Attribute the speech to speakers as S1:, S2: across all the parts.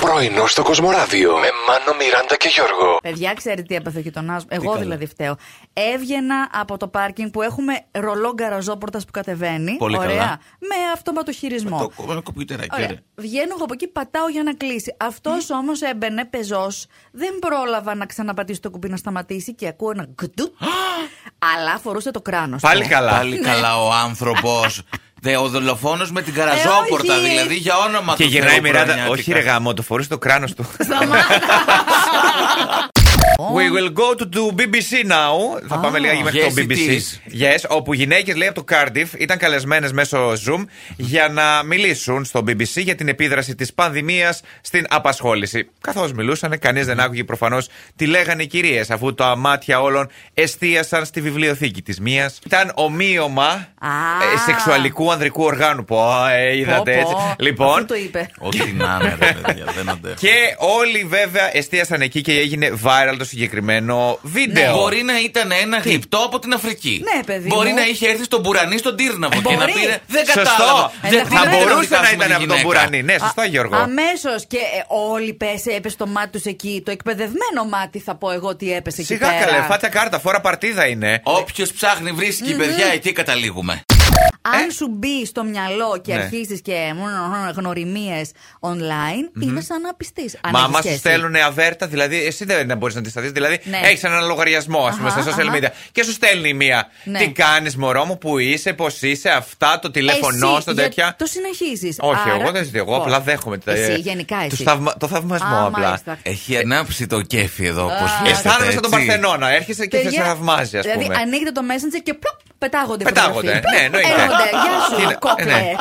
S1: Πρωινό στο Κοσμοράδιο με Μάνο, Μιράντα και Γιώργο.
S2: Παιδιά, ξέρετε τι έπαθε και τον Άσμο. Εγώ
S3: καλά.
S2: δηλαδή φταίω. Έβγαινα από το πάρκινγκ που έχουμε ρολό γκαραζόπορτας που κατεβαίνει.
S3: Πολύ
S2: ωραία.
S3: καλά.
S2: Με αυτοματοχειρισμό.
S3: Το κο- ένα κομπιουτεράκι.
S2: Ωραία.
S3: ωραία.
S2: Βγαίνω εγώ από εκεί, πατάω για να κλείσει. Αυτός όμως έμπαινε πεζός. Δεν πρόλαβα να ξαναπατήσει το κουμπί να σταματήσει και ακούω ένα γκντουπ. αλλά αφορούσε το κράνος.
S3: Πάλι καλά.
S4: Πάλι καλά ο άνθρωπος. ο δολοφόνος με την καραζόπορτα,
S2: Ε, όχι.
S4: δηλαδή για όνομα
S3: Και
S4: του.
S3: γυρνάει η
S4: Θεού
S3: Μιράντα.
S4: Πρωινιάτικα.
S3: Όχι, ρε γάμο, το φορείς στο κράνος του. We will go to the BBC now. Θα πάμε λίγα μέχρι
S4: Yes,
S3: το
S4: it
S3: BBC.
S4: is.
S3: Yes, όπου γυναίκες λέει από το Cardiff ήταν καλεσμένες μέσω Zoom για να μιλήσουν στο BBC για την επίδραση της πανδημίας στην απασχόληση. Καθώς μιλούσαν, κανείς δεν άκουγε προφανώς τι λέγανε οι κυρίες, αφού τα μάτια όλων εστίασαν στη βιβλιοθήκη της μίας. Ήταν ομοίωμα
S2: Α.
S3: ε, σεξουαλικού ανδρικού οργάνου. Πω, ε, είδατε
S2: Πω,
S3: έτσι.
S2: πω. Αυτό
S3: Λοιπόν,
S2: το είπε.
S4: Ό,τι να είναι, ρε παιδιά, δεν αντέχω.
S3: και όλοι βέβαια εστίασαν εκεί και έγινε viral το συγκεκριμένο βίντεο.
S4: Ναι, Μπορεί να ήταν ένα γλυπτό από την Αφρική.
S2: Ναι, παιδί
S4: Μπορεί
S2: μου.
S4: να είχε έρθει στον Μπουρανί στον Τύρναβο και να
S2: Μπορεί.
S4: πήρε. Δεν
S3: Σωστό.
S4: κατάλαβα.
S2: Ε,
S4: Δεν
S2: θα
S4: μπορούσε
S3: μπορούσε να ήταν από τον Μπουρανί. Ναι, σωστό, Γιώργο.
S2: Αμέσως και ε, όλοι πέσε, έπεσε το μάτι τους εκεί. Το εκπαιδευμένο μάτι θα πω εγώ τι έπεσε εκεί.
S3: Σιγά
S2: πέρα.
S3: καλέ, φάτια κάρτα, φορά παρτίδα είναι.
S4: Όποιος ψάχνει βρίσκει, παιδιά, εκεί καταλήγουμε.
S2: Αν σου μπει στο μυαλό και
S3: Ε? Ναι.
S2: αρχίσεις και γνωριμίε online, είναι σαν να πιστείς.
S3: Μα άμα σου στέλνουν αβέρτα, δηλαδή εσύ δεν μπορείς να τη σταθεί. Δηλαδή
S2: Ναι.
S3: έχεις έναν λογαριασμό, ας πούμε,
S2: Αχα,
S3: στα social
S2: αχα.
S3: media και σου στέλνει η μία.
S2: Ναι.
S3: Τι κάνεις, μωρό μου, που είσαι, πώς είσαι, αυτά, το τηλέφωνό σου, τέτοια.
S2: Το συνεχίζεις.
S3: Όχι, εγώ δεν ζητώ. Εγώ απλά δέχομαι. τα-
S2: Εσύ, γενικά
S3: τους
S2: εσύ.
S3: θαυμα- Το θαυμασμό
S2: Α,
S3: απλά.
S2: μάλιστα.
S4: Έχει ανάψει το κέφι εδώ, όπως
S2: Α.
S4: βλέπετε.
S3: Αισθάνομαι σαν τον
S4: έτσι.
S3: Παρθενώνα. Έρχεσαι και σε
S2: Παιδιά,
S3: θαυμάζει, ας πούμε.
S2: Δηλαδή, ανοίγετε το Messenger και πλοπ, πετάγονται.
S3: Πετάγονται,
S2: φωτογραφίες.
S3: ναι, εννοείται.
S2: Έρχονται, Γεια
S3: Τι είναι,
S2: σου, κόκκινε.
S3: ναι.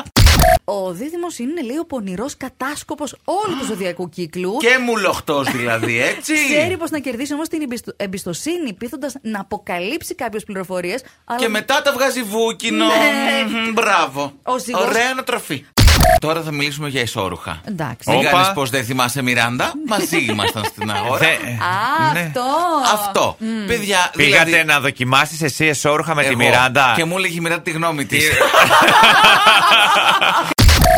S2: Ο Δίδυμο είναι λίγο πονηρός κατάσκοπος όλου του ζωδιακού κύκλου.
S4: Και μουλοχτός δηλαδή, έτσι.
S2: Ξέρει πώ να κερδίσει όμως την εμπιστο- εμπιστοσύνη, πείθοντας να αποκαλύψει κάποιες πληροφορίες.
S4: Και μετά τα βγάζει βούκινο.
S2: Ναι.
S4: Μμμ, Μπράβο.
S2: Ο ζυγός.
S4: Ωραία ανατροφή. Τώρα θα μιλήσουμε για ισόρουχα.
S2: Εντάξει.
S4: Μην
S3: Όπα.
S4: κάνεις πως δεν θυμάσαι Μιράντα. Μαζί ήμασταν στην αγορά.
S2: Α,
S3: Ναι.
S2: αυτό.
S4: Αυτό. Παιδιά,
S3: Πήγατε
S4: δηλαδή,
S3: να δοκιμάσεις εσύ εσόρουχα με τη
S4: εγώ.
S3: Μιράντα.
S4: Και μου έλεγε η Μιράντα τη γνώμη της.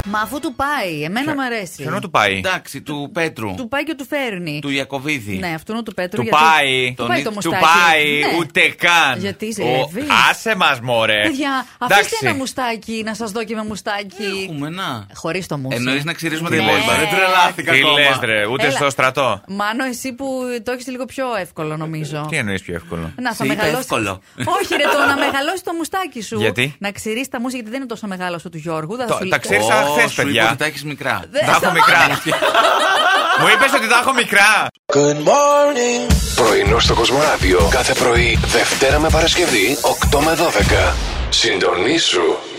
S2: Μα αφού του πάει, εμένα μου αρέσει.
S3: Ποιον του πάει.
S4: Εντάξει, του Πέτρου.
S2: Του πάει και του φέρνει.
S4: Του Ιακοβίδη.
S2: Ναι, αυτού είναι του Πέτρου.
S3: Του
S2: γιατί-
S3: πάει.
S2: Του πάει το
S4: Τον-
S3: Του
S2: μουστάκι.
S3: πάει
S2: Ναι.
S3: ούτε καν.
S2: Γιατί
S3: Ο-
S2: ζηλεύει.
S3: Άσε μας, μωρέ.
S2: Παιδιά,
S3: Εντάξει. Ναι,
S2: αφήστε ένα μουστάκι να σας δω και με μουστάκι.
S4: Έχουμε να.
S2: Χωρίς το μουσί.
S4: Εννοείς να ξυρίζουμε
S3: Τι
S4: την
S3: λες.
S4: κόλπα. Δεν τρελάθηκα
S3: Τι
S4: ακόμα.
S3: λες, ρε, ούτε
S2: Έλα.
S3: στο στρατό.
S2: Μάνο, εσύ που το έχεις λίγο πιο εύκολο, νομίζω.
S3: Τι εννοείς πιο εύκολο.
S2: Να θα
S4: Σε είπε
S2: μεγαλώσει.
S4: εύκολο.
S2: Όχι, ρε, το να μεγαλώσει το μουστάκι σου.
S3: Γιατί?
S2: Να ξηρίσει τα μουσια, γιατί δεν είναι τόσο μεγάλο όσο του Γιώργου. Θα
S3: Το-
S2: σου-
S3: τα ξε- Ξέρεις, σαν
S4: Ω,
S3: χθες,
S4: σου είπα
S3: παιδιά.
S4: ότι τα έχεις μικρά.
S2: Δεν-
S3: Τα έχω μικρά. Μου είπες ότι τα έχω μικρά.
S1: Πρωινό στο Κοσμοράδιο κάθε πρωί, Δευτέρα με Παρασκευή, 8 με 12. Συντονίσου